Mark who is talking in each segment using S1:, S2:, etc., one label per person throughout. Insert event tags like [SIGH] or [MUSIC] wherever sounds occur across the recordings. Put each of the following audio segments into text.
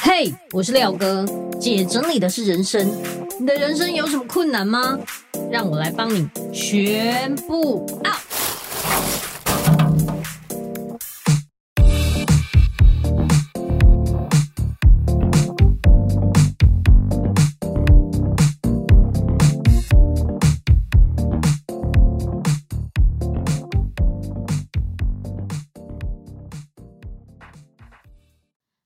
S1: 嘿我是廖哥，姐整理的是人生，你的人生有什么困难吗？让我来帮你全部 out。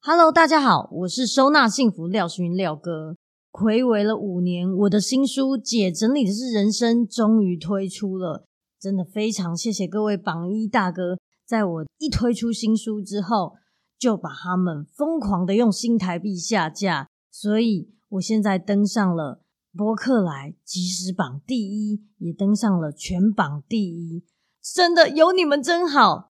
S1: Hello，大家好，我是收纳幸福廖勋廖哥。暌违了五年，我的新书《姐整理的是人生》终于推出了，真的非常谢谢各位榜一大哥，在我一推出新书之后，就把他们疯狂的用新台币下架，所以我现在登上了博客来即时榜第一，也登上了全榜第一，真的有你们真好。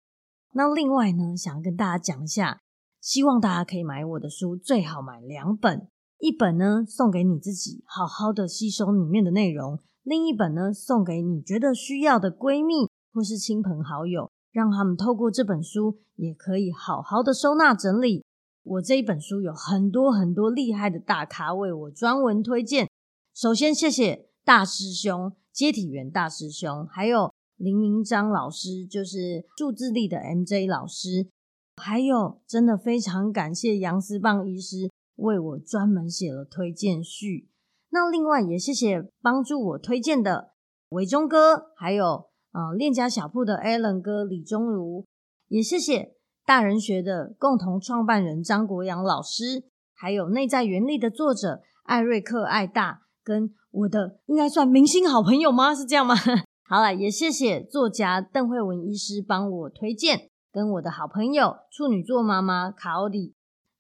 S1: 那另外呢，想跟大家讲一下，希望大家可以买我的书，最好买两本，一本呢送给你自己，好好的吸收里面的内容；另一本呢送给你觉得需要的闺蜜或是亲朋好友，让他们透过这本书也可以好好的收纳整理。我这一本书有很多很多厉害的大咖为我专文推荐。首先，谢谢大师兄、接体员大师兄，还有林明章老师，就是助智力的 MJ 老师，还有，真的非常感谢杨思棒医师为我专门写了推荐序。那另外也谢谢帮助我推荐的伟忠哥，还有呃链家小铺的 Allen 哥李忠如，也谢谢大人学的共同创办人张国阳老师，还有内在原力的作者艾瑞克艾大，跟我的应该算明星好朋友吗？是这样吗？ [LAUGHS] 好了，也谢谢作家邓慧文医师帮我推荐，跟我的好朋友处女座妈妈卡奥里。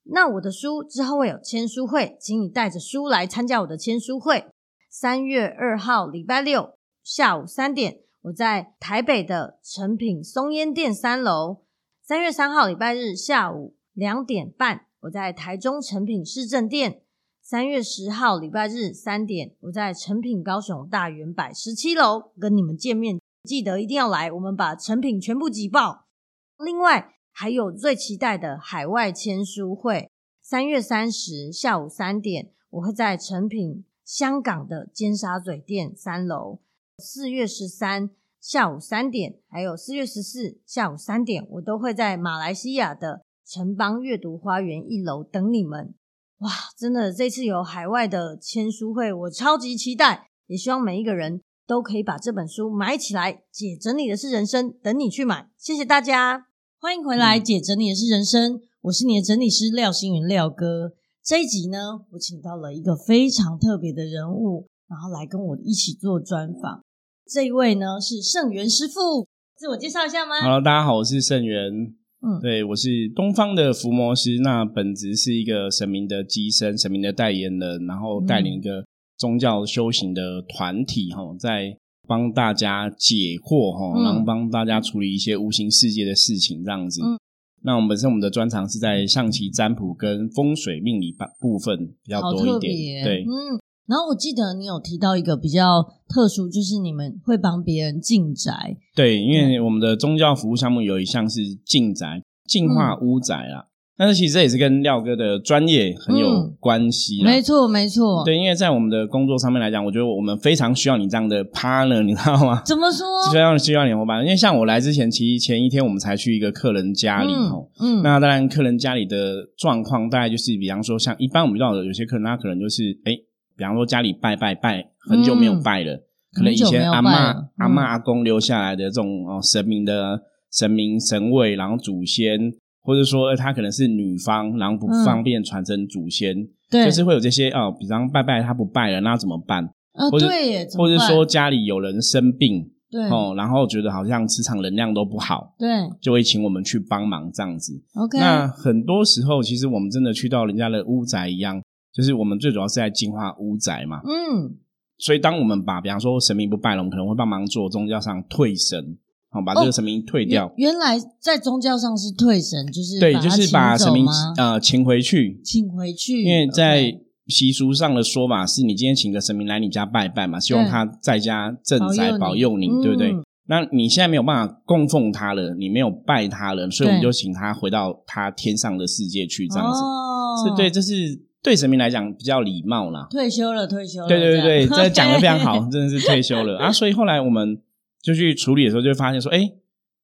S1: 那我的书之后会有签书会，请你带着书来参加我的签书会。三月二号礼拜六下午三点，我在台北的诚品松烟店三楼。三月三号礼拜日下午两点半，我在台中诚品市政店。三月十号礼拜日三点，我在诚品高雄大圆百十七楼跟你们见面，记得一定要来，我们把成品全部挤爆。另外还有最期待的海外签书会，三月三十下午三点，我会在成品香港的尖沙咀店三楼。四月十三下午三点，还有四月十四下午三点，我都会在马来西亚的城邦阅读花园一楼等你们。哇，真的，这次有海外的签书会，我超级期待，也希望每一个人都可以把这本书买起来。姐整理的是人生，等你去买。谢谢大家，欢迎回来，姐整理的是人生，我是你的整理师廖星云廖哥。这一集呢，我请到了一个非常特别的人物，然后来跟我一起做专访。这一位呢是盛元师傅，自我介绍一下吗？
S2: Hello，大家好，我是盛元。
S1: 嗯
S2: 对我是东方的伏魔师，那本职是一个神明的机身，神明的代言人，然后带领一个宗教修行的团体哈、吼在帮大家解惑哈，
S1: 嗯
S2: 吼然后帮大家处理一些无形世界的事情这样子。
S1: 嗯
S2: 那我们本身我们的专长是在象棋占卜跟风水命理吧部分比较
S1: 好
S2: 多
S1: 特
S2: 一
S1: 别，
S2: 点，对，
S1: 嗯。然后我记得你有提到一个比较特殊，就是你们会帮别人进宅，
S2: 对，因为我们的宗教服务项目有一项是净宅、净
S1: 嗯
S2: 化屋宅啊。但是其实这也是跟廖哥的专业很有
S1: 嗯
S2: 关系啦。
S1: 没错没错。，
S2: 啊对，因为在我们的工作上面来讲，我觉得我们非常需要你这样的 partner，你知道吗？
S1: 怎么说？
S2: [LAUGHS] 需要需要你的伙伴，因为像我来之前，其实前一天我们才去一个客人家里哦。
S1: 嗯嗯，
S2: 那当然，客人家里的状况大概就是，比方说像一般我们遇到的有些客人，他可能就是，哎，比方说家里拜拜拜很久没有拜了，可能
S1: 嗯很
S2: 以
S1: 久没
S2: 前
S1: 有
S2: 阿
S1: 拜
S2: 嬷
S1: 了
S2: 阿
S1: 嗯
S2: 嬷阿公留下来的这种哦神明的神明神位，然后祖先，或者说呃他可能是女方，然后不
S1: 嗯
S2: 方便传承祖先，
S1: 对，
S2: 就是会有这些哦，比方拜拜他不拜了，那怎么办？
S1: 啊，
S2: 或者
S1: 对耶，怎么
S2: 或者
S1: 办
S2: 说家里有人生病
S1: 对
S2: 哦，然后觉得好像磁场能量都不好，
S1: 对
S2: 就会请我们去帮忙这样子。
S1: ，OK，
S2: 那很多时候，其实我们真的去到人家的屋宅一样，就是我们最主要是在净化屋宅嘛。
S1: 嗯，
S2: 所以，当我们把比方说神明不拜了，我们可能会帮忙做宗教上退神，好、把
S1: 哦
S2: 这个神明退掉。
S1: 原原来在宗教上是退神，就是
S2: 对，
S1: 把它
S2: 就是把
S1: 请
S2: 神
S1: 走
S2: 明
S1: 吗
S2: 呃请回去，
S1: 请回去，
S2: 因为
S1: OK
S2: 在习俗上的说法是，你今天请个神明来你家拜拜嘛，希望他在家镇宅
S1: 保
S2: 保
S1: 佑
S2: 佑
S1: 你
S2: 你，对不对
S1: 嗯？
S2: 那你现在没有办法供奉他了，你没有拜他了，所以我们
S1: 对
S2: 就请他回到他天上的世界去，这样子。
S1: 哦
S2: 是对，这是对神明来讲比较礼貌啦。
S1: 退休了，退休了，
S2: 对对对对，
S1: 哦这
S2: 这
S1: [LAUGHS] 样
S2: 讲的非常好，真的是退休了啊！所以后来我们就去处理的时候，就会发现说，哎，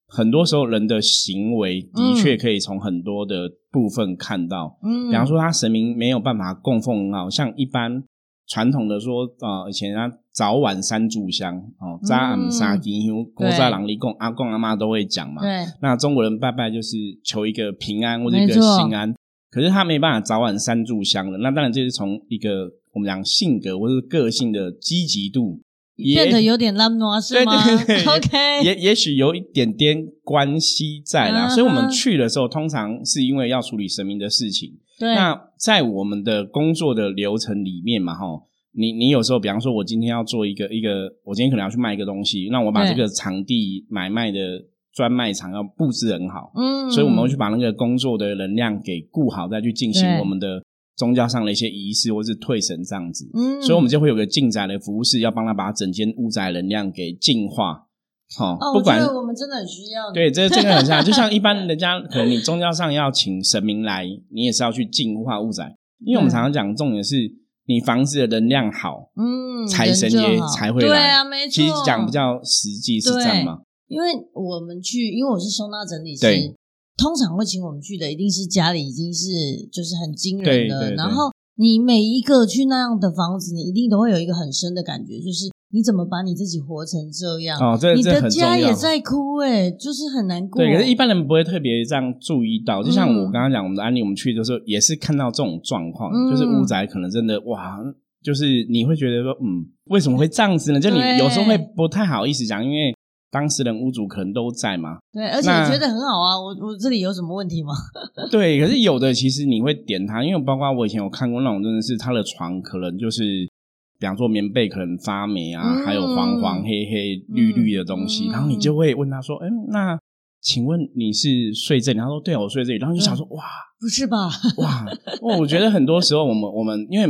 S2: 很多时候人的行为
S1: 嗯
S2: 的确可以从很多的部分看到，
S3: 嗯
S2: 比方说他神明没有办法供奉啊，像一般传统的说啊、呃以前啊早晚三炷香哦，扎俺杀金香，锅扎郎里供，阿公阿妈都会讲
S1: 嗯
S2: 嘛。
S1: 对，
S2: 那中国人拜拜就是求一个平安或者一
S3: 没
S2: 个
S3: 错
S2: 心安，可是他没办法早晚三炷香了。那当然这是从一个我们讲性格或者个性的积极度，也
S3: 变得有点烂挪是
S2: 对
S3: 吗
S2: 对对
S1: [LAUGHS]
S3: ？OK，
S2: 也也许有一点点关系在
S3: 嗯
S2: 啦。
S3: 哼
S2: 所以我们去的时候，通常是因为要处理神明的事情。
S3: 对
S2: 那在我们的工作的流程里面嘛，哈，你你有时候，比方说，我今天要做一个一个，我今天可能要去卖一个东西，那我把
S3: 对
S2: 这个场地买卖的专卖场要布置很好，
S3: 嗯
S2: 所以我们会去把那个工作的能量给顾好，再去进行
S3: 对
S2: 我们的宗教上的一些仪式或是退神这样子。
S3: 嗯
S2: 所以，我们就会有个净宅的服务室，要帮他把整间屋宅能量给净化。好、
S1: 哦，
S2: 不
S1: 我觉
S2: 管
S1: 得我们真的很需要你，
S2: 对，这这个很像，就像一
S1: [LAUGHS]
S2: 般人家可能你宗教上要请神明来，你也是要去净化物宅，因为
S1: 嗯
S2: 我们常常讲重点是你房子的能量好，
S3: 嗯
S2: 财神
S3: 人
S2: 爷
S3: 就好
S2: 才会
S1: 对
S2: 来。
S1: 啊，没错。
S2: 其实讲比较实际是这样嘛，
S1: 因为我们去，因为我是收纳整理师
S2: 对，
S1: 通常会请我们去的一定是家里已经是就是很惊
S2: 对
S1: 人的，
S2: 对对
S1: 然后你每一个去那样的房子，你一定都会有一个很深的感觉，就是你怎么把你自己活成这样？
S2: 哦，这
S1: 你
S2: 这
S1: 的
S2: 很重
S1: 家也
S2: 要。
S1: 在哭哎、就是很难过。
S2: 对，可是一般人不会特别这样注意到。就像我
S1: 嗯
S2: 刚刚讲我们的案例，我们去的时候也是看到这种状况，
S1: 嗯
S2: 就是屋宅可能真的哇，就是你会觉得说，嗯，为什么会这样子呢？就你
S1: 对
S2: 有时候会不太好意思讲，因为当事人屋主可能都在嘛，
S1: 对，而且
S2: 那
S1: 觉得很好啊，我我这里有什么问题吗？ [LAUGHS]
S2: 对，可是有的其实你会点它，因为包括我以前有看过那种，真的是它的床可能就是，比方说棉被可能发霉啊，
S1: 嗯
S2: 还有黄黄黑黑绿绿的东西，
S1: 嗯
S2: 然后你就会问他说：“嗯，那请问你是睡这里？”他说：“对啊，我睡这里。”然后就想
S1: 嗯
S2: 说：“哇
S1: 不是吧？
S2: [LAUGHS] 哇！”哇哦我觉得很多时候我们我们因为。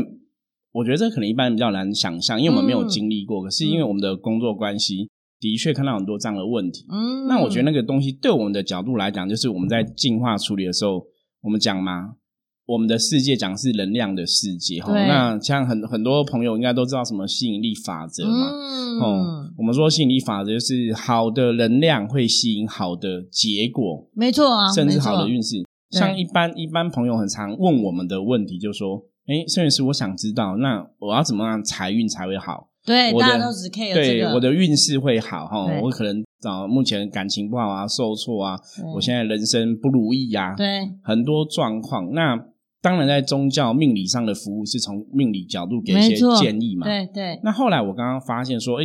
S2: 我觉得这可能一般人比较难想象，因为我们没有
S1: 嗯
S2: 经历过。可是因为我们的工作关系，的确看到很多这样的问题。
S1: 嗯，
S2: 那我觉得那个东西对我们的角度来讲，就是我们在进化处理的时候，我们讲嘛，我们的世界讲是能量的世界哈。
S1: 对
S2: 那像很很多朋友应该都知道什么吸引力法则嘛。
S1: 嗯，
S2: 哦，我们说吸引力法则就是好的能量会吸引好的结果，
S1: 没错啊，
S2: 甚至
S1: 没错
S2: 好的运势。
S1: 对
S2: 像一般一般朋友很常问我们的问题，就说：“哎，摄影师，我想知道，那我要怎么样财运才会好？”
S1: 对，
S2: 我的
S1: 大家都只 care 哎这
S2: 对
S1: 个，
S2: 我的运势会好哈
S1: 对，
S2: 我可能啊目前感情不好啊，受挫啊，
S1: 对
S2: 我现在人生不如意啊，
S1: 嗯对
S2: 很多状况。那当然，在宗教命理上的服务是从命理角度给一
S1: 没
S2: 些
S1: 错
S2: 建议嘛。
S1: 对对
S2: 那后来我刚刚发现说，哎，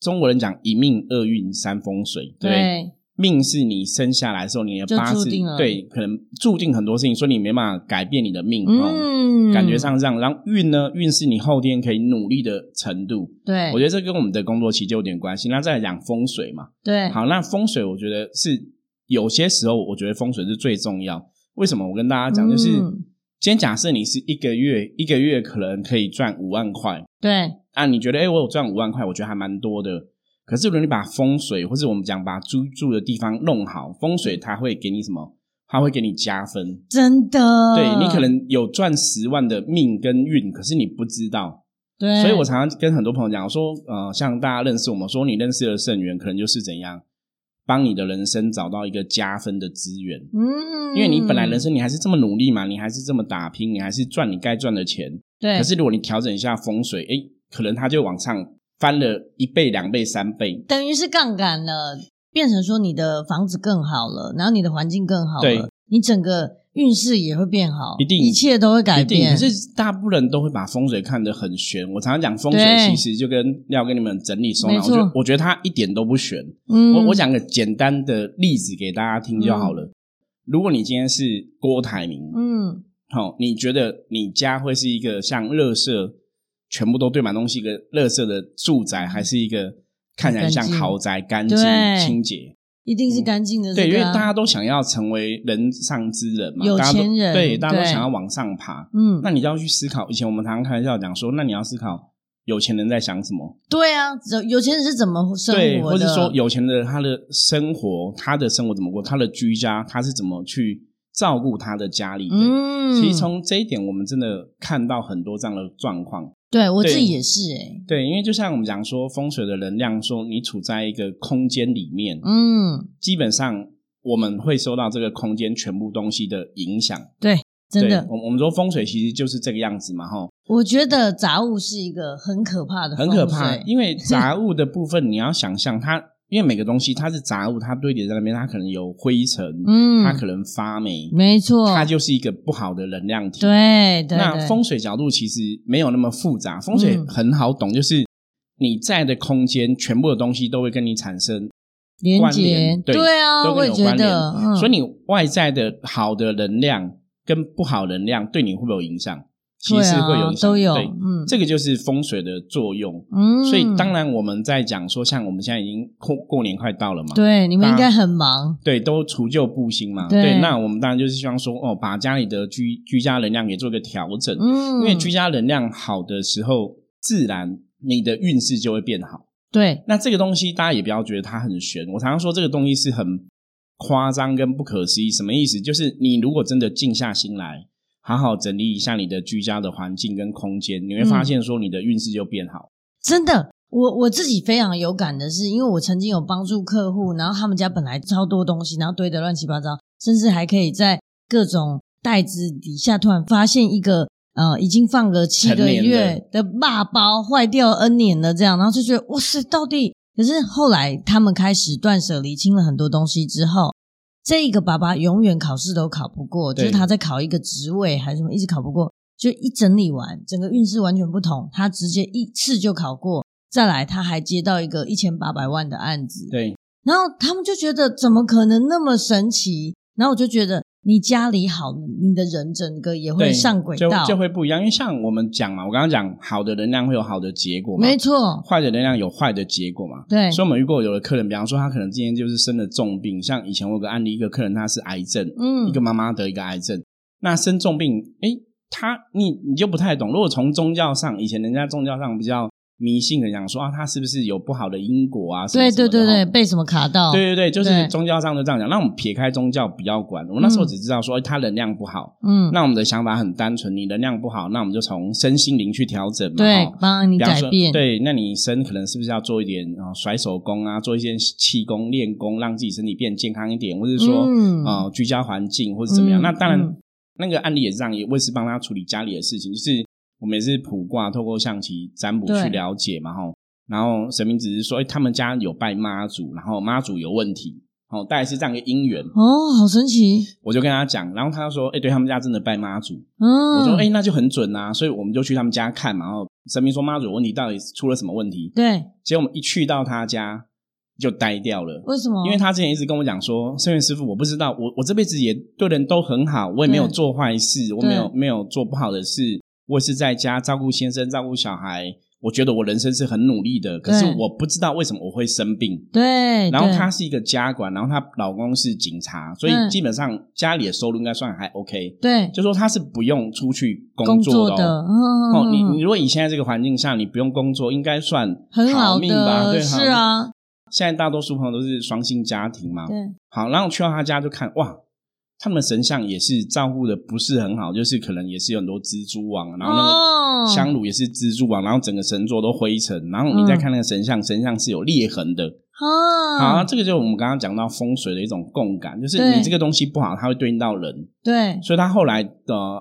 S2: 中国人讲一命二运三风水，对不对。
S1: 对
S2: 命是你生下来的时候，你的
S1: 就
S2: 八
S1: 注
S2: 字
S1: 定了
S2: 对，可能注定很多事情，所以你没办法改变你的命、哦。
S1: 嗯，
S2: 感觉上是这样，然后运呢，运是你后天可以努力的程度。
S1: 对，
S2: 我觉得这跟我们的工作期就有点关系。那再来讲风水嘛，
S1: 对，
S2: 好，那风水我觉得是有些时候，我觉得风水是最重要。为什么？我跟大家讲，就是、
S1: 嗯
S2: 今天假设你是一个月一个月可能可以赚五万块
S1: 对
S2: 啊，你觉得哎、诶我有赚五万块，我觉得还蛮多的。可是如果你把风水或是我们讲把居住的地方弄好，风水它会给你什么？它会给你加分。
S1: 真的，
S2: 对你可能有赚十万的命跟运，可是你不知道，
S1: 对，
S2: 所以我常常跟很多朋友讲，我说呃，像大家认识我们，说你认识的圣元，可能就是怎样帮你的人生找到一个加分的资源，
S1: 嗯，
S2: 因为你本来人生你还是这么努力嘛，你还是这么打拼，你还是赚你该赚的钱，
S1: 对，
S2: 可是如果你调整一下风水，诶，可能它就往上翻了一倍、两倍、三倍。
S1: 等于是杠杆了，变成说你的房子更好了，然后你的环境更好
S2: 对
S1: 了，你整个运势也会变好，
S2: 一定
S1: 一切都会改
S2: 一定，
S1: 变，
S2: 可是大部分人都会把风水看得很玄。我常常讲风水，
S1: 对
S2: 其实就跟要跟你们整理收纳，
S1: 没
S2: 我
S1: 错
S2: 觉得我觉得它一点都不玄。
S1: 嗯，
S2: 我我讲个简单的例子给大家听就好了。如果你今天是郭台铭，
S1: 嗯，
S2: 好、你觉得你家会是一个像垃圾全部都堆满东西一个垃圾的住宅，还是一个看起来像
S1: 干净
S2: 豪宅、干净
S1: 对、
S2: 清洁？
S1: 一定是干净的这个啊，
S2: 嗯对，因为大家都想要成为人上之人嘛，
S1: 有钱
S2: 大家
S1: 人
S2: 都对，大家都
S1: 对
S2: 想要往上爬。
S1: 嗯，
S2: 那你就要去思考，以前我们常常开玩笑讲说，那你要思考有钱人在想什么，
S1: 对啊，有有钱人是怎么生活的，
S2: 对，或者说有钱人他的生活，他的生活怎么过，他的居家他是怎么去照顾他的家里人。
S3: 嗯，
S2: 其实从这一点，我们真的看到很多这样的状况。
S1: 对我
S2: 对
S1: 自己也是哎，
S2: 对，因为就像我们讲说风水的能量，说你处在一个空间里面，
S1: 嗯，
S2: 基本上我们会受到这个空间全部东西的影响。
S1: 真的
S2: 对，我我们说风水其实就是这个样子嘛，哈，
S1: 我觉得杂物是一个很可怕的，
S2: 很可怕。。
S1: [LAUGHS]
S2: 因为杂物的部分，你要想象它，因为每个东西它是杂物，它堆叠在那边，它可能有灰尘，
S1: 嗯，
S2: 它可能发霉，
S1: 没错，
S2: 它就是一个不好的能量体。
S1: 对对
S2: 那
S1: 对
S2: 风水角度其实没有那么复杂，风水
S1: 嗯
S2: 很好懂，就是你在的空间，全部的东西都会跟你产生
S1: 连
S2: 关
S1: 接
S2: 联，对
S1: 对啊，
S2: 都
S1: 我
S2: 跟
S1: 也
S2: 你
S1: 觉
S2: 有关联
S1: 得，嗯
S2: 所以你外在的好的能量跟不好能量对你会不会有影响？其
S1: 对
S2: 实会有
S1: 啊
S2: 影，响，
S1: 都有，
S2: 对
S1: 嗯
S2: 这个就是风水的作用。
S1: 嗯，
S2: 所以当然我们在讲说，像我们现在已经过过年快到了嘛，
S1: 嗯对你们
S2: 大
S1: 应
S2: 家
S1: 该很忙，
S2: 对，都除旧布新嘛，
S1: 对
S2: 那我们当然就是希望说，哦，把家里的居居家能量给做个调整，
S1: 嗯，
S2: 因为居家能量好的时候，自然你的运势就会变好。
S1: 对
S2: 那这个东西大家也不要觉得它很玄，我常常说这个东西是很夸张跟不可思议，什么意思？就是你如果真的静下心来，好好整理一下你的居家的环境跟空间，你会
S1: 嗯
S2: 发现说你的运势就变好。
S1: 真的。我我自己非常有感的是，因为我曾经有帮助客户，然后他们家本来超多东西，然后堆得乱七八糟，甚至还可以在各种袋子底下突然发现一个呃已经放了七个
S2: 成年的
S1: 月的蜡包坏掉 N 年了这样，然后就觉得哇塞，到底可是后来他们开始断舍离，清了很多东西之后，这个爸爸永远考试都考不过，就
S2: 对
S1: 是他在考一个职位还是什么，一直考不过。就一整理完，整个运势完全不同，他直接一次就考过。再来，他还接到一个一千八百万的案子，
S2: 对，
S1: 然后他们就觉得怎么可能那么神奇？然后我就觉得你家里好，你的人整个也会
S2: 对，
S1: 上轨
S2: 就
S1: 道，
S2: 就会不一样。因为像我们讲嘛，我刚刚讲好的能量会有好的结果嘛，
S1: 没错，
S2: 坏的能量有坏的结果嘛。
S1: 对，
S2: 所以我们遇过有的客人，比方说他可能今天就是生了重病，像以前我有个案例，一个客人他是癌症，
S1: 嗯
S2: 一个妈妈得一个癌症，那生重病，诶，他你你就不太懂。如果从宗教上，以前人家宗教上比较迷信的讲说啊，他是不是有不好的因果啊？什么
S1: 对
S2: 什么
S1: 对
S2: 的
S1: 对对，
S2: 哈
S1: 被什么卡到？
S2: 对对对，就
S1: 对
S2: 是宗教上就这样讲。那我们撇开宗教不要管，我那时候只知道说、诶他能量不好，
S1: 嗯，
S2: 那我们的想法很单纯，你能量不好，那我们就从身心灵去调整嘛。
S1: 对
S2: 哈，
S1: 帮你
S2: 比方
S1: 改
S2: 说，
S1: 变，
S2: 对，那你身可能是不是要做一点啊、呃甩手功啊，做一些气功、练功，让自己身体变健康一点，或是说啊、
S1: 嗯
S2: 呃居家环境或者怎么样？
S1: 嗯
S2: 那当然，
S1: 嗯
S2: 那个案例也是这样，也我也是帮他处理家里的事情，就是我们也是卜卦，透过象棋占卜
S1: 对
S2: 去了解嘛，吼。然后神明只是说，哎，他们家有拜妈祖，然后妈祖有问题，哦，大概是这样一个因缘，
S1: 哦，好神奇，
S2: 我就跟他讲，然后他说，哎，对他们家真的拜妈祖，
S1: 嗯，
S2: 我说，哎，那就很准啊，所以我们就去他们家看嘛，然后神明说妈祖有问题到底出了什么问题？
S1: 对，
S2: 结果我们一去到他家就呆掉了，
S1: 为什么？
S2: 因为他之前一直跟我讲说，圣元师傅，我不知道，我我这辈子也对人都很好，我也没有
S1: 对
S2: 做坏事，我没有
S1: 对
S2: 没有做不好的事，我也是在家照顾先生、照顾小孩，我觉得我人生是很努力的，可是
S1: 对
S2: 我不知道为什么我会生病。
S1: 对，
S2: 然后
S1: 对
S2: 她是一个家管，然后她老公是警察，所以
S1: 嗯
S2: 基本上家里的收入应该算还 OK，
S1: 对
S2: 就说她是不用出去
S1: 工
S2: 工作的哦、
S1: 的，嗯，
S2: 哦，你你
S1: 嗯
S2: 如果以现在这个环境下，你不用工作，应该算
S1: 很
S2: 好命吧？
S1: 的，
S2: 对，好
S1: 是
S2: 命。
S1: 啊，
S2: 现在大多数朋友都是双薪家庭嘛。
S1: 对，
S2: 好，然后去到他家就看，哇，他们的神像也是照顾的不是很好，就是可能也是有很多蜘蛛网，然后那
S1: 哦
S2: 个香炉也是蜘蛛网，然后整个神座都灰尘，然后
S1: 嗯
S2: 你再看那个神像，神像是有裂痕的。好，
S1: 啊，
S2: 这个就是我们刚刚讲到风水的一种共感，就是
S1: 对
S2: 你这个东西不好，它会对应到人，
S1: 对，
S2: 所以他后来的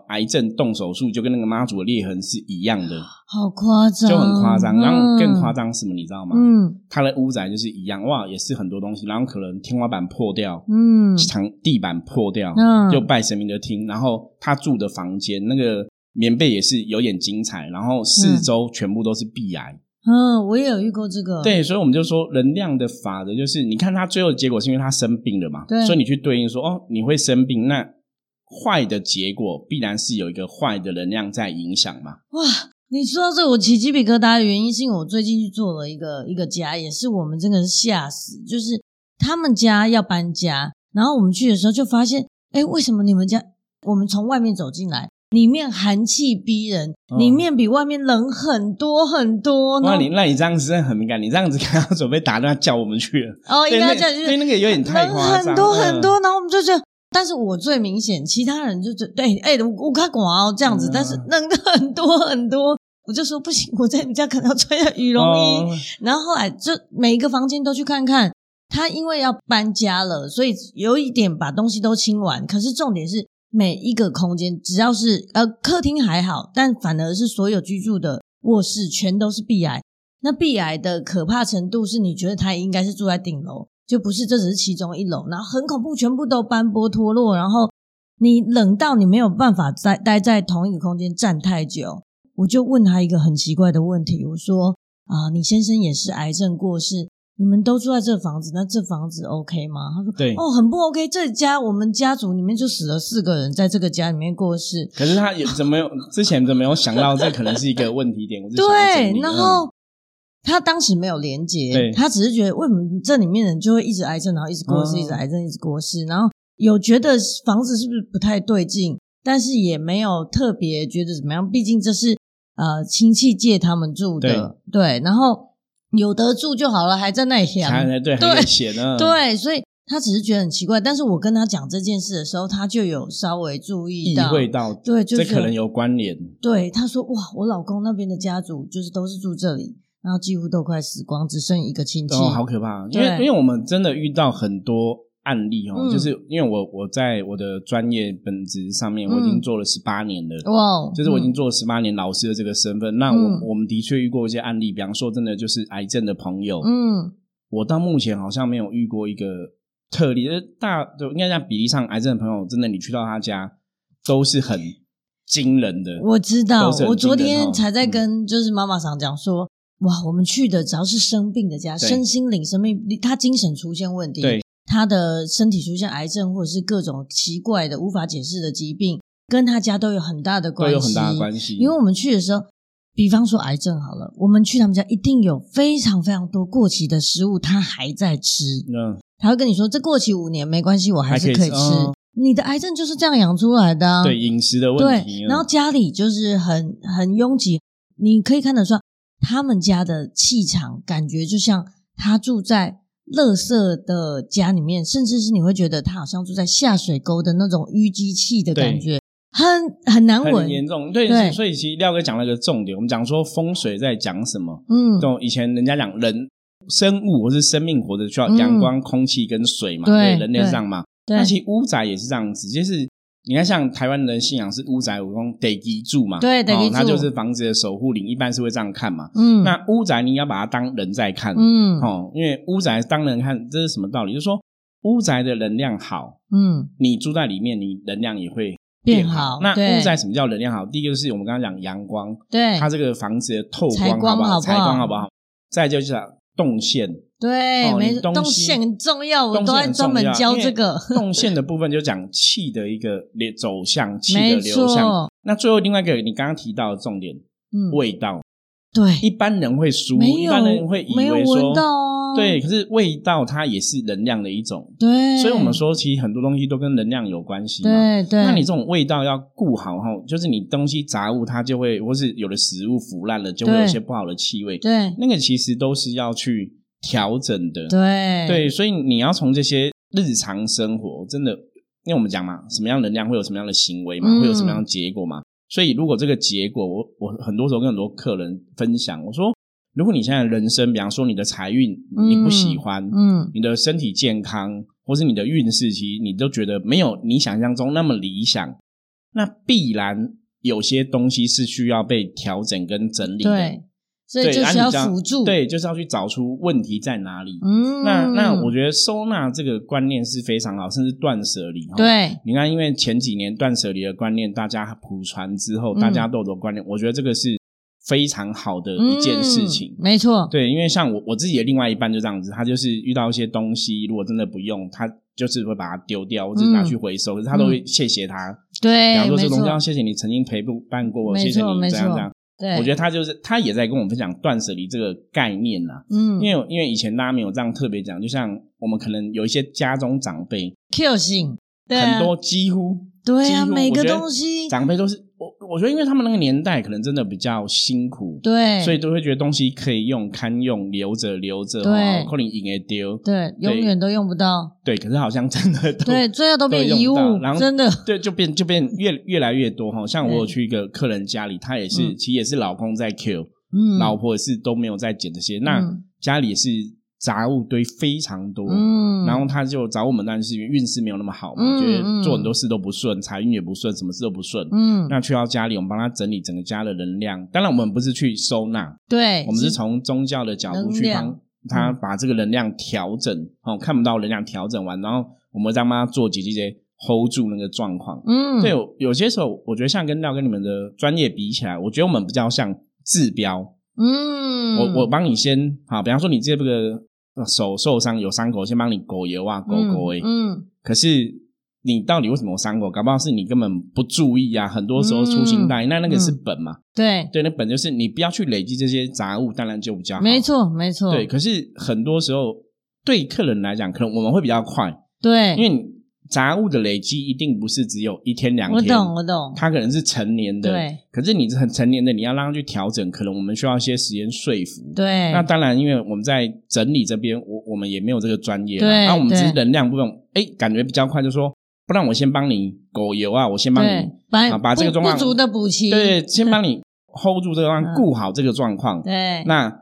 S2: 癌症动手术就跟那个妈祖的裂痕是一样的。
S1: 好夸张，
S2: 就很夸张。然后更夸
S1: 张，
S2: 张是什么，你知道吗？
S1: 啊嗯
S2: 它的屋仔就是一样，哇，也是很多东西，然后可能天花板破掉，
S1: 嗯，
S2: 墙地板破掉，
S1: 嗯
S2: 就拜神明的厅。然后他住的房间那个棉被也是有点精彩，然后四周全部都是壁癌。
S1: 嗯，我也有遇过这个，，
S2: 对，所以我们就说能量的法则就是，你看他最后的结果是因为他生病了嘛，
S1: 对
S2: 所以你去对应说，哦，你会生病，那坏的结果必然是有一个坏的能量在影响嘛。
S1: 哇。你说到这，我起鸡皮疙瘩的原因是因为我最近去做了一个一个家，也是我们真的是吓死，就是他们家要搬家，然后我们去的时候就发现，哎，为什么你们家我们从外面走进来，里面寒气逼人，
S2: 哦
S1: 里面比外面冷很多很多呢？
S2: 哇，你那你这样子真的很敏感，你这样子跟他准备打电话叫我们去了。
S1: 哦，应
S2: 对，
S1: 该
S2: 那
S1: 要这样，就是
S2: 对那个有点太
S1: 人
S2: 夸张，
S1: 很多很
S2: 嗯
S1: 多，然后我们就觉得但是我最明显，其他人就觉得，哎、哎，我我看广哦这样子，
S2: 嗯
S1: 但是那个很多很多，我就说不行，我在你们家可能要穿一下羽绒衣。
S2: 哦
S1: 然后后来就每一个房间都去看看。他因为要搬家了，所以有一点把东西都清完。可是重点是每一个空间，只要是呃客厅还好，但反而是所有居住的卧室全都是壁癌。那壁癌的可怕程度是，你觉得他应该是住在顶楼，就不是这只是其中一楼，然后很恐怖，全部都斑驳脱落，然后你冷到你没有办法在待在同一个空间站太久。我就问他一个很奇怪的问题，我说：“啊，你先生也是癌症过世，你们都住在这房子，那这房子 OK 吗？他说
S2: 对，
S1: 哦，很不 OK，这家我们家族里面就死了四个人，在这个家里面过世。
S2: 可是他也怎么有 [LAUGHS] 之前怎么有想到这可能是一个问题点？我就想要整
S1: 对
S2: 理，
S1: 然
S2: 嗯
S1: 后他当时没有连
S2: 对
S1: 接，他只是觉得为什么这里面人就会一直癌症，然后一直过世，
S2: 嗯
S1: 一直癌症，一直过世，然后有觉得房子是不是不太对劲，但是也没有特别觉得怎么样，毕竟这是呃亲戚借他们住的，对，然后有得住就好了，还在那里想，
S2: 还还对
S1: 对
S2: 很写呢，
S1: 对，所以他只是觉得很奇怪。但是我跟他讲这件事的时候，他就有稍微注意
S2: 意
S1: 到，
S2: 会到
S1: 对，就
S2: 这
S1: 是
S2: 可能有关联，
S1: 对他说：“哇，我老公那边的家族就是都是住这里，然后几乎都快死光，只剩一个亲戚。
S2: 哦，好可怕！因为因
S1: 对
S2: 为我们真的遇到很多案例哦，
S1: 嗯
S2: 就是因为我我在我的专业本职上面，我已经做了十八年了。
S1: 哇嗯哦，
S2: 就是我已经
S1: 嗯
S2: 做了十八年老师的这个身份，那
S1: 嗯
S2: 我我们的确遇过一些案例，比方说真的就是癌症的朋友，
S1: 嗯
S2: 我到目前好像没有遇过一个特例，就是大就应该讲比例上癌症的朋友，真的你去到他家都是很惊人的，
S1: 我知道
S2: 都是，很
S1: 我昨
S2: 惊人
S1: 天
S2: 哦
S1: 才在
S2: 嗯
S1: 跟就是妈妈常讲说，哇，我们去的只要是生病的家，
S2: 对
S1: 身心灵生病，他精神出现问题，
S2: 对
S1: 他的身体出现癌症或者是各种奇怪的无法解释的疾病，跟他家都有很大的
S2: 都
S1: 关系，
S2: 有很大的关系，
S1: 因为我们去的时候，比方说癌症好了，我们去他们家一定有非常非常多过期的食物，他还在吃，
S2: 嗯
S1: 他会跟你说这过期五年没关系，我还
S2: 还
S1: 是
S2: 可
S1: 可
S2: 以
S1: 以
S2: 吃
S1: 吃。
S2: 哦
S1: 你的癌症就是这样养出来的、啊，
S2: 对饮食的问题，
S1: 对
S2: 嗯，
S1: 然后家里就是很很拥挤，你可以看得出来他们家的气场，感觉就像他住在垃圾的家里面，甚至是你会觉得他好像住在下水沟的那种淤积气的感觉，很很难闻
S2: 很。严重。对，
S1: 对
S2: 所以其实廖哥讲了一个重点，我们讲说风水在讲什么。
S1: 嗯，
S2: 懂、以前人家讲人生物或是生命活着需要
S1: 嗯
S2: 阳光、空气跟水嘛，
S1: 对
S2: 人类是这样嘛。
S1: 对
S2: 那其实屋宅也是这样子，就是你看像台湾人的信仰是屋宅五公得基住嘛，
S1: 对地基
S2: 哦
S1: 主
S2: 它就是房子的守护灵，一般是会这样看嘛。
S1: 嗯，
S2: 那屋宅你要把它当人在看，
S1: 嗯
S2: 哦，因为屋宅当人看，这是什么道理？就是说屋宅的能量好，
S1: 嗯
S2: 你住在里面，你能量也会
S1: 变好。
S2: 那
S1: 对
S2: 屋宅什么叫能量好？第一个就是我们刚刚讲阳光，
S1: 对
S2: 它这个房子的透
S1: 采
S2: 光好
S1: 光
S2: 不好？
S1: 好不好
S2: 采光好不好？再就是啊动线，
S1: 对，
S2: 哦
S1: 没
S2: 你东
S1: 动
S2: 西
S1: 线很重要，我
S2: 动
S1: 都
S2: 线
S1: 在
S2: 很
S1: 专
S2: 重
S1: 门
S2: 要
S1: 教
S2: 因为
S1: 这个。
S2: [LAUGHS] 动线的部分就讲气的一个流走向，气的
S1: 没
S2: 流向
S1: 错。
S2: 那最后另外一个你刚刚提到的重点，
S1: 嗯，
S2: 味道，
S1: 对，
S2: 一般人会疏忽，
S1: 没
S2: 一
S1: 有
S2: 般人会以
S1: 没有
S2: 为说
S1: 闻到啊。
S2: 对，可是味道它也是能量的一种，
S1: 对，
S2: 所以我们说其实很多东西都跟能量有关系嘛。
S1: 对对，
S2: 那你这种味道要顾好哈，就是你东西杂物它就会，或是有的食物腐烂了，就会有一些不好的气味。
S1: 对
S2: 那个其实都是要去调整的。
S1: 对
S2: 对，所以你要从这些日常生活，真的，因为我们讲嘛，什么样能量会有什么样的行为嘛，
S1: 嗯
S2: 会有什么样的结果嘛。所以如果这个结果，我我很多时候跟很多客人分享，我说，如果你现在的人生，比方说你的财运
S1: 嗯
S2: 你不喜欢，
S1: 嗯
S2: 你的身体健康，或是你的运势，其实你都觉得没有你想象中那么理想，那必然有些东西是需要被调整跟整理的。
S1: 对，所以
S2: 对，
S1: 就
S2: 啊
S1: 是
S2: 你
S1: 要
S2: 这样
S1: 辅助。，
S2: 对，就是要去找出问题在哪里。
S1: 嗯，
S2: 那那我觉得收纳这个观念是非常好，甚至断舍离。哦，
S1: 对
S2: 你看，因为前几年断舍离的观念大家普传之后，
S1: 嗯
S2: 大家都有这个观念，我觉得这个是非常好的一件事情。
S1: 嗯没错，
S2: 对，因为像我我自己的另外一半就这样子，他就是遇到一些东西，如果真的不用，他就是会把它丢掉，或者拿去回收，可是他都会谢谢他，比
S1: 对，
S2: 方说这
S1: 嗯哎没
S2: 东西要
S1: 错，
S2: 谢谢你曾经陪伴过我，
S1: 没
S2: 谢谢
S1: 错
S2: 你
S1: 没
S2: 这样
S1: 错
S2: 这样。
S1: 对，
S2: 我觉得他就是他也在跟我们分享断舍离这个概念呐、
S1: 嗯，
S2: 因为因为以前大家没有这样特别讲，就像我们可能有一些家中长辈，
S1: Q 性，对啊
S2: 很多几乎
S1: 对
S2: 几
S1: 啊，
S2: 乎
S1: 每
S2: 我
S1: 个
S2: 觉得
S1: 东西
S2: 长辈都是我我觉得因为他们那个年代可能真的比较辛苦，
S1: 对，
S2: 所以都会觉得东西可以用、堪用、留着、留着，
S1: 对
S2: 哦可能赢也丢，
S1: 对，永远都用不到，
S2: 对。可是好像真的都
S1: 对，最后都变
S2: 都用
S1: 遗物
S2: 到然，后
S1: 真的，
S2: [LAUGHS] 对，就变就变越越来越多哈。像我有去一个客人家里，他也是、
S1: 嗯
S2: 其实也是老公在 Q，、
S1: 嗯，
S2: 老婆也是都没有在捡这些，那
S1: 嗯
S2: 家里也是杂物堆非常多。
S1: 嗯，
S2: 然后他就找我们，但是因为运势没有那么好嘛，
S1: 嗯
S2: 觉得
S1: 嗯
S2: 做很多事都不顺，财运也不顺，什么事都不顺。
S1: 嗯，
S2: 那去到家里，我们帮他整理整个家的能量。当然，我们不是去收纳，
S1: 对，
S2: 我们是从宗教的角度
S1: 哎能
S2: 去
S1: 量嗯
S2: 帮他把这个能量调整。哦，看不到能量调整完，然后我们再帮他做几几节 hold 住那个状况。
S1: 嗯，
S2: 对，有有些时候，我觉得像跟廖跟你们的专业比起来，我觉得我们比较像治标。
S1: 嗯，
S2: 我我帮你先好，比方说你这个呃手受伤有伤口，先帮你狗油啊，狗狗诶。
S1: 嗯，
S2: 可是你到底为什么有伤口？搞不好是你根本不注意啊，很多时候粗
S1: 嗯
S2: 心大意，那那个是本嘛？
S1: 对，
S2: 对，那本就是你不要去累积这些杂物，当然就比较好。
S1: 没，错，没错，
S2: 啊对。可是很多时候对客人来讲，可能我们会比较快，
S1: 对，
S2: 因为你杂物的累积一定不是只有一天两天。
S1: 我懂，我懂，
S2: 他可能是成年的，
S1: 对。
S2: 可是你是很成年的，你要让他去调整，可能我们需要一些时间说服。
S1: 对，
S2: 那当然，因为我们在整理这边，我我们也没有这个专业嘛，
S1: 对
S2: 那、我们只是
S1: 对
S2: 能量部分，哎，感觉比较快，就说，不然我先帮你狗油啊，我先帮你
S1: 对，，把
S2: 啊把这个
S1: 不
S2: 状况
S1: 不足的补齐，
S2: 对，先帮你 hold 住这个状
S1: 嗯
S2: 况，顾好这个状况。
S1: 对，
S2: 那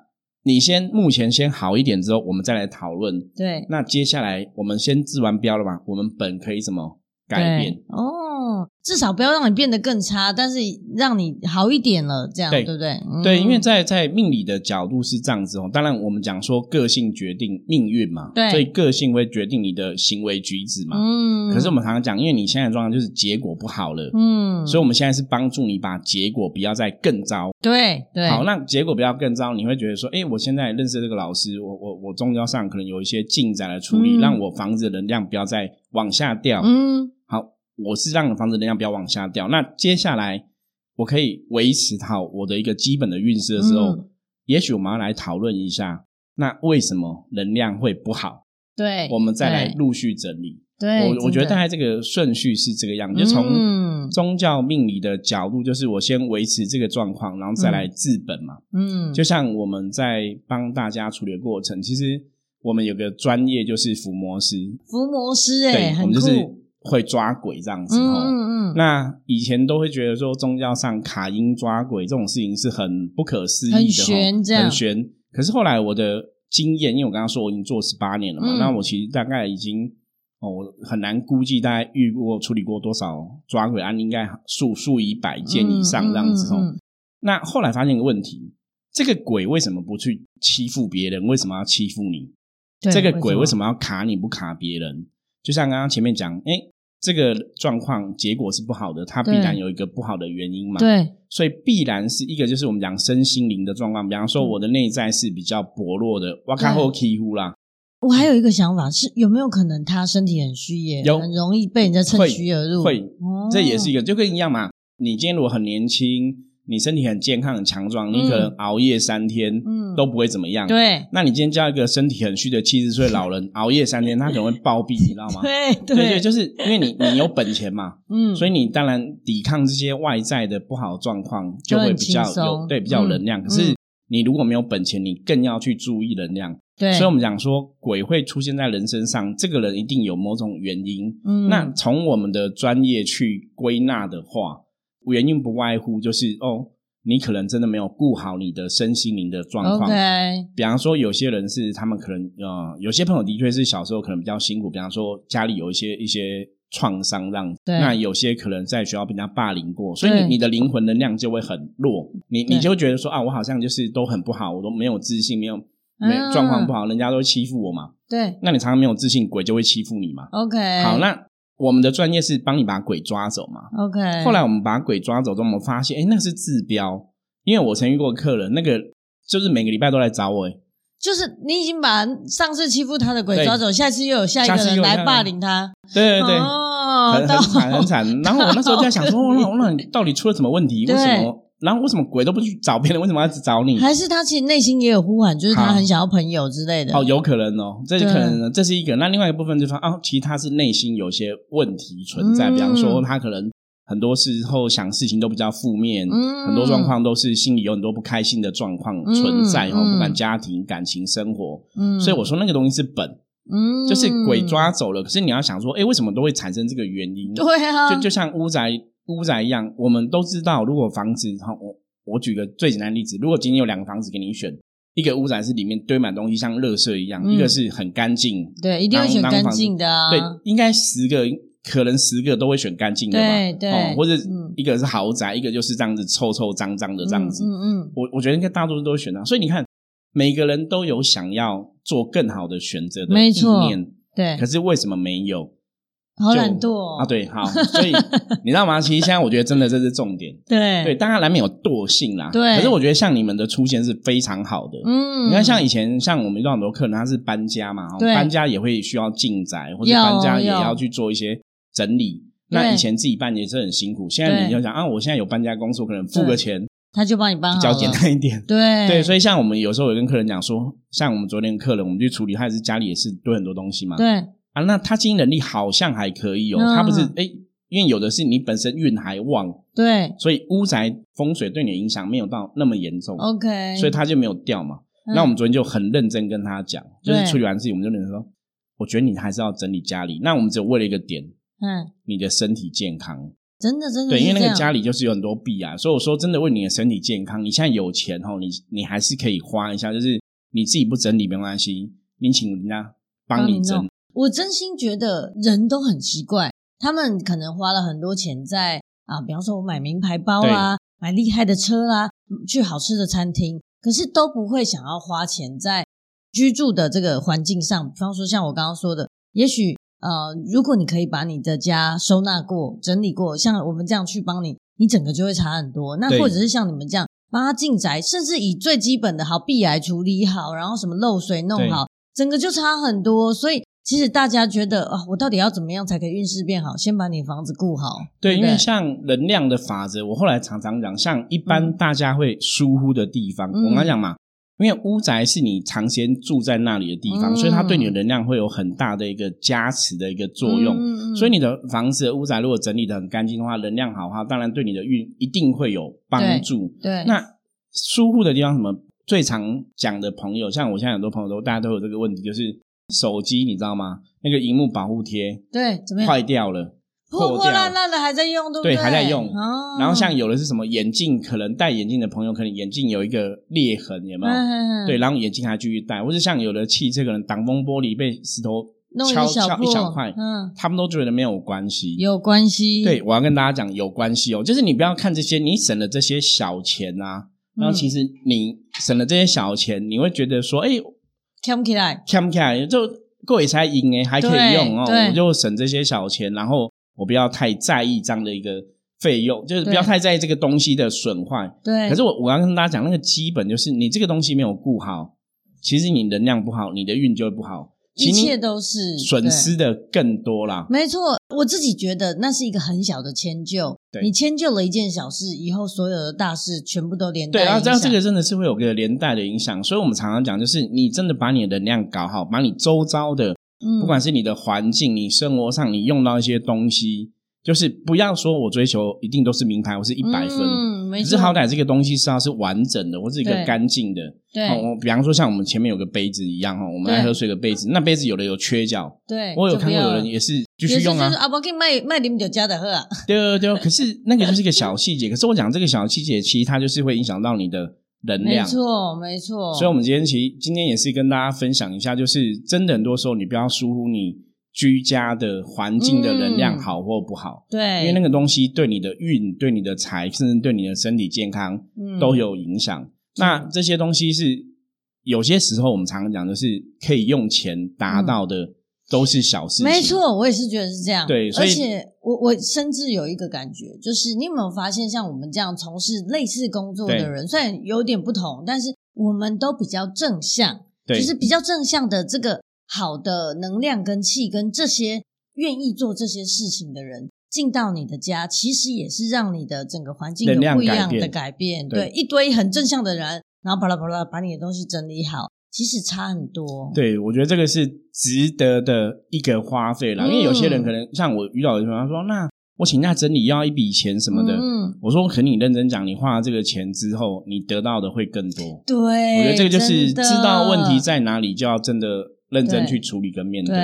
S2: 你先目前先好一点之后，我们再来讨论。
S1: 对
S2: 那接下来我们先治完标了吧？我们本可以怎么改变？
S1: 对哦，至少不要让你变得更差，但是让你好一点了，这样对
S2: 对
S1: 不对？
S2: 对，
S1: 嗯
S2: 因为在在命理的角度是这样子哦。当然，我们讲说个性决定命运嘛，
S1: 对
S2: 所以个性会决定你的行为举止嘛。
S1: 嗯，
S2: 可是我们常常讲，因为你现在的状况就是结果不好了，
S1: 嗯，
S2: 所以我们现在是帮助你把结果不要再更糟。
S1: 对对，
S2: 好，那结果不要更糟，你会觉得说，哎，我现在认识这个老师，我我我宗教上可能有一些进展的处理，
S1: 嗯
S2: 让我房子的能量不要再往下掉。
S1: 嗯
S2: 好，我是让房子能量不要往下掉。那接下来我可以维持好我的一个基本的运势的时候，
S1: 嗯
S2: 也许我们要来讨论一下，那为什么能量会不好？
S1: 对，
S2: 我们再来
S1: 对
S2: 陆续整理。
S1: 对，
S2: 我我觉得
S1: 真
S2: 大
S1: 的
S2: 概这个顺序是这个样子，就从
S1: 嗯
S2: 宗教命理的角度，就是我先维持这个状况，然后再来治本嘛。
S1: 嗯
S2: 就像我们在帮大家处理的过程，其实我们有个专业就是伏魔师，
S1: 伏魔师哎，
S2: 对，我
S1: 很酷，
S2: 们就是会抓鬼这样子
S1: 嗯
S2: 哦。
S1: 嗯嗯，
S2: 那以前都会觉得说宗教上卡音抓鬼这种事情是很不可思议的，
S1: 很玄这样
S2: 很玄。可是后来我的经验，因为我刚刚说我已经做十八年了嘛，
S1: 嗯
S2: 那我其实大概已经哦，我很难估计大概遇过处理过多少抓鬼案，应该数数以百件以上这样子哦。
S1: 嗯嗯嗯嗯
S2: 那后来发现一个问题。这个鬼为什么不去欺负别人？为什么要欺负你？
S1: 对
S2: 这个鬼为什
S1: 么？
S2: 么要卡你不卡别人？就像刚刚前面讲，哎，这个状况结果是不好的，它必
S1: 对
S2: 然有一个不好的原因嘛。，
S1: 对
S2: 所以必然是一个就是我们讲身心灵的状况，比方
S1: 嗯
S2: 说我的内在是比较薄弱的，哇卡后欺负啦，
S1: 我还有一个想法是，有没有可能他身体很虚耶，
S2: 有
S1: 很容易被人家趁
S2: 会
S1: 虚而入？
S2: 会
S1: 哦
S2: 这也是一个就跟一样嘛。你今天如果很年轻，你身体很健康很强壮，你可能熬夜三天，
S1: 嗯
S2: 都不会怎么样。。
S1: 对
S2: 那你今天叫一个身体很虚的七十岁老
S1: [LAUGHS]
S2: 人熬夜三天，他可能会暴毙，你知道吗？
S1: 对
S2: 对对，就是因为你你有本钱嘛，
S1: 嗯，
S2: 所
S1: 以
S2: 以你当然抵抗这些外在的不好状况，就会比较
S1: 就很轻松
S2: 有对比较有能量。
S1: 嗯
S2: 可是你如果没有本钱，你更要去注意能量。
S1: 嗯对，
S2: 所以我们讲说，鬼会出现在人身上，这个人一定有某种原因。
S1: 嗯
S2: 那从我们的专业去归纳的话，原因不外乎就是哦，你可能真的没有顾好你的身心灵的状况。
S1: OK
S2: 比方说，有些人是他们可能呃，有些朋友的确是小时候可能比较辛苦，比方说家里有一些一些创伤这样，
S1: 对
S2: 那有些可能在学校被人家霸凌过，所以
S1: 对
S2: 你你的灵魂能量就会很弱，你
S1: 对
S2: 你就会觉得说啊，我好像就是都很不好，我都没有自信，没有没
S1: 啊
S2: 有状况不好，人家都会欺负我嘛，
S1: 对
S2: 那你常常没有自信，鬼就会欺负你嘛。
S1: OK
S2: 好，那我们的专业是帮你把鬼抓走嘛，
S1: OK
S2: 后来我们把鬼抓走之后，我们发现，哎，那是治标，因为我曾遇过客人，那个就是每个礼拜都来找我，诶
S1: 就是你已经把上次欺负他的鬼
S2: 对
S1: 抓走，下次又有下一
S2: 下
S1: 个
S2: 次又
S1: 人
S2: 有下一
S1: 来
S2: 个
S1: 霸
S2: 人
S1: 凌他，
S2: 对对对，
S1: 哦，
S2: 很
S1: 到
S2: 很惨很惨。
S1: [LAUGHS]
S2: 然后我那时候就在想说，哦那那你到底出了什么问题？
S1: 对
S2: 为什么？然后为什么鬼都不去找别人？为什么要只找你？
S1: 还是他其实内心也有呼喊，就是他
S2: 好
S1: 很想要朋友之类的。
S2: 哦，有可能哦，这就
S1: 对
S2: 可能这啊是一个。那另外一个部分就是说，哦，其实他是内心有些问题存在，
S1: 嗯
S2: 比方说他可能很多时候想事情都比较负面，
S1: 嗯
S2: 很多状况都是心里有很多不开心的状况存在
S1: 嗯
S2: 哈、
S1: 嗯
S2: 不管家庭、感情、生活，
S1: 嗯
S2: 所以我说那个东西是本，
S1: 嗯
S2: 就是鬼抓走了。可是你要想说，哎，为什么都会产生这个原因？
S1: 对啊，
S2: 就就像屋宅屋宅一样，我们都知道，如果房子，哈，我我举个最简单的例子，如果今天有两个房子给你选，一个屋宅是里面堆满东西，像垃圾一样，
S1: 嗯
S2: 一个是很干净，
S1: 对，一定会选干净的啊，
S2: 对，应该十个可能十个都会选干净的嘛，
S1: 对对
S2: 哦，或者
S1: 嗯
S2: 一个是豪宅，一个就是这样子臭臭脏脏的这样子，
S1: 嗯嗯
S2: 我我觉得应该大多数都会选它，啊所以你看，每个人都有想要做更好的选择的
S1: 没
S2: 意
S1: 错
S2: 念，
S1: 嗯，对
S2: 可，是为什么没有？
S1: 好
S2: 就
S1: 懒惰哦
S2: 啊，对，好，所以你知道吗？其实现在我觉得真的这是重点，
S1: 对
S2: 对，，当然难免有惰性啦，
S1: 对
S2: 可是我觉得像你们的出现是非常好的，
S1: 嗯，
S2: 你看像以前像我们遇到很多客人，他是搬家嘛，哦
S1: 对
S2: 搬家也会需要进宅，或者
S1: 要
S2: 搬家也
S1: 要
S2: 要去做一些整理。那
S1: 对
S2: 以前自己办也是很辛苦，现在你
S1: 对
S2: 就想啊，我现在有搬家公司，我可能付
S1: 对嗯
S2: 个钱比
S1: 他就帮你搬好
S2: 较
S1: 了，
S2: 简单一点。
S1: 对
S2: 对，所
S1: 以
S2: 以像我们有时候有跟客人讲说，像我们昨天客人，我们去处理，他也是家里也是堆很多东西嘛，
S1: 对
S2: 啊，那他经营能力好像还可以哦。
S1: 嗯
S2: 他不是哎，因为有的是你本身运还旺，
S1: 对
S2: 所以屋宅风水对你的影响没有到那么严重，
S1: ，OK，
S2: 所以他就没有掉嘛。
S1: 嗯
S2: 那我们昨天就很认真跟他讲，就是
S1: 对
S2: 处理完事情，我们就跟他说，我觉得你还是要整理家里。那我们只有为了一个点，
S1: 嗯，
S2: 你的身体健康。
S1: 真的真的
S2: 对，因为
S1: 嗯是
S2: 那
S1: 这
S2: 个
S1: 样
S2: 家里就是有很多币啊，所以我说真的，为你的身体健康，你现在有钱哦，你你还是可以花一下，就是你自己不整理没关系，你请人家帮
S1: 帮
S2: 你
S1: 你
S2: 整
S1: 弄嗯我真心觉得人都很奇怪，他们可能花了很多钱在啊，比方说我买名牌包啊，买厉害的车啊，嗯去好吃的餐厅，可是都不会想要花钱在居住的这个环境上。比方说像我刚刚说的，也许呃，如果你可以把你的家收纳过、整理过，像我们这样去帮你，你整个就会差很多。那
S2: 对
S1: 或者是像你们这样帮他进宅，甚至以最基本的好壁癌处理好，然后什么漏水弄
S2: 对
S1: 好，整个就差很多。所以其实大家觉得啊，我到底要怎么样才可以运势变好？先把你的房子顾好，
S2: 对，
S1: 不
S2: 因为像能量的法则，我后来常常讲，像一般大家会疏忽的地方，
S1: 嗯
S2: 我刚刚讲嘛，因为屋宅是你长时间住在那里的地方，
S1: 嗯
S2: 所以它对你的能量会有很大的一个加持的一个作用。
S1: 嗯
S2: 所以你的房子的屋宅如果整理的很干净的话，能量好的话，当然对你的运一定会有帮助。
S1: 对
S2: 那疏忽的地方，什么最常讲的朋友，像我现在很多朋友都大家都有这个问题，就是手机你知道吗？那个荧幕保护贴
S1: 对怎么样？
S2: 坏掉了。
S1: 破
S2: 破
S1: 破
S2: 掉
S1: 烂烂的还在用，对不
S2: 对
S1: 对？
S2: 还在用
S1: 哦
S2: 然后像有的是什么眼镜，可能戴眼镜的朋友，可能眼镜有一个裂痕，有没有？
S1: 嗯
S2: 对，，然后眼镜还继续戴，或者像有的汽车可能挡风玻璃被石头
S1: 弄一
S2: 敲
S1: 个
S2: 敲
S1: 破
S2: 一小块，
S1: 嗯，
S2: 他们都觉得没有关系。
S1: 有关系。
S2: 对，我要跟大家讲有关系哦，就是你不要看这些，你省了这些小钱啊，
S1: 嗯
S2: 然后其实你省了这些小钱，你会觉得说，哎，
S1: 看不起来，
S2: 看不起来就够也才赢哎，还可以
S1: 对
S2: 用哦，
S1: 对
S2: 我就省这些小钱，然后我不要太在意这样的一个费用，就是不要
S1: 对
S2: 太在意这个东西的损坏。
S1: 对，
S2: 可是我我要跟大家讲，那个基本就是你这个东西没有顾好，其实你能量不好，你的运就会不好，
S1: 一
S2: 其实你
S1: 切都是
S2: 损。
S1: 对
S2: 失的更多啦。
S1: 没错，我自己觉得那是一个很小的迁就。
S2: 对
S1: 你迁就了一件小事，以后所有的大事全部都连带
S2: 对，然后
S1: 影
S2: 这样这
S1: 响
S2: 个真的是会有个连带的影响，所以我们常常讲，就是你真的把你的能量搞好，把你周遭的，
S1: 嗯
S2: 不管是你的环境、你生活上你用到一些东西，就是不要说我追求一定都是名牌，我是一百分，
S1: 嗯，
S2: 可
S1: 没
S2: 是
S1: 错，
S2: 好歹这个东西是要是完整的，或是一个
S1: 对
S2: 干净的。
S1: 对、
S2: 哦，我比方说像我们前面有个杯子一样哈，哦我们来
S1: 对
S2: 喝水的杯子，那杯子有的有缺角，
S1: 对，
S2: 我有
S1: 就
S2: 看
S1: 不
S2: 过
S1: 要
S2: 有
S1: 了
S2: 人也是
S1: 也
S2: 继
S1: 是
S2: 续用
S1: 就是
S2: 啊，
S1: 啊，我给你卖卖你们酒家的喝啊，
S2: 对对对，
S1: [LAUGHS]
S2: 可是那个就是一个小细节，可是我讲这个小细节，其实它就是会影响到你的能
S1: 没
S2: 量。
S1: 错没错，
S2: 所以，我们今天其实今天也是跟大家分享一下，就是真的很多时候你不要疏忽你居家的环境的能量
S1: 嗯
S2: 好或不好，
S1: 对，
S2: 因为那个东西对你的运、对你的财，甚至对你的身体健康
S1: 嗯
S2: 都有影响。那这些东西是有些时候我们常常讲的是可以用钱达到的，都是小事情。
S1: 嗯没，错，我也是觉得是这样。
S2: 对所以
S1: 而且我我甚至有一个感觉，就是你有没有发现，像我们这样从事类似工作
S2: 对
S1: 的人，虽然有点不同，但是我们都比较正向，
S2: 对，
S1: 就是比较正向的这个好的能量跟气，跟这些愿意做这些事情的人。进到你的家，其实也是让你的整个环境有
S2: 能量
S1: 不一
S2: 改
S1: 样的
S2: 变
S1: 改变。对，
S2: 对
S1: 一堆很正向的人，然后巴拉巴拉把你的东西整理好，其实差很多。
S2: 对，我觉得这
S1: 嗯
S2: 个是值得的一个花费啦，因为有些人可能像我遇到有些人，他说那我请假整理要一笔钱什么的。
S1: 嗯，
S2: 我说，可你认真讲，你花了这个钱之后，你得到的会更多。
S1: 对，
S2: 我觉得这个就是
S1: 哎真的
S2: 知道问题在哪里，就要真的认真
S1: 对
S2: 去处理跟面
S1: 对，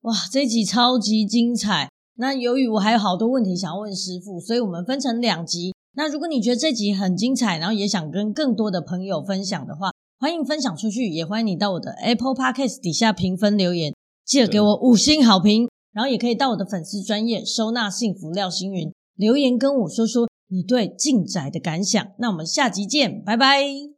S1: 哇，这一集超级精彩。那由于我还有好多问题想要问师傅，所以我们分成两集。那如果你觉得这集很精彩，然后也想跟更多的朋友分享的话，欢迎分享出去，也欢迎你到我的 Apple Podcast 底下评分留言，记得给我五星好评，然后也可以到我的粉丝专业收纳幸福廖星云留言跟我说说你对进宅的感想。那我们下集见，拜拜。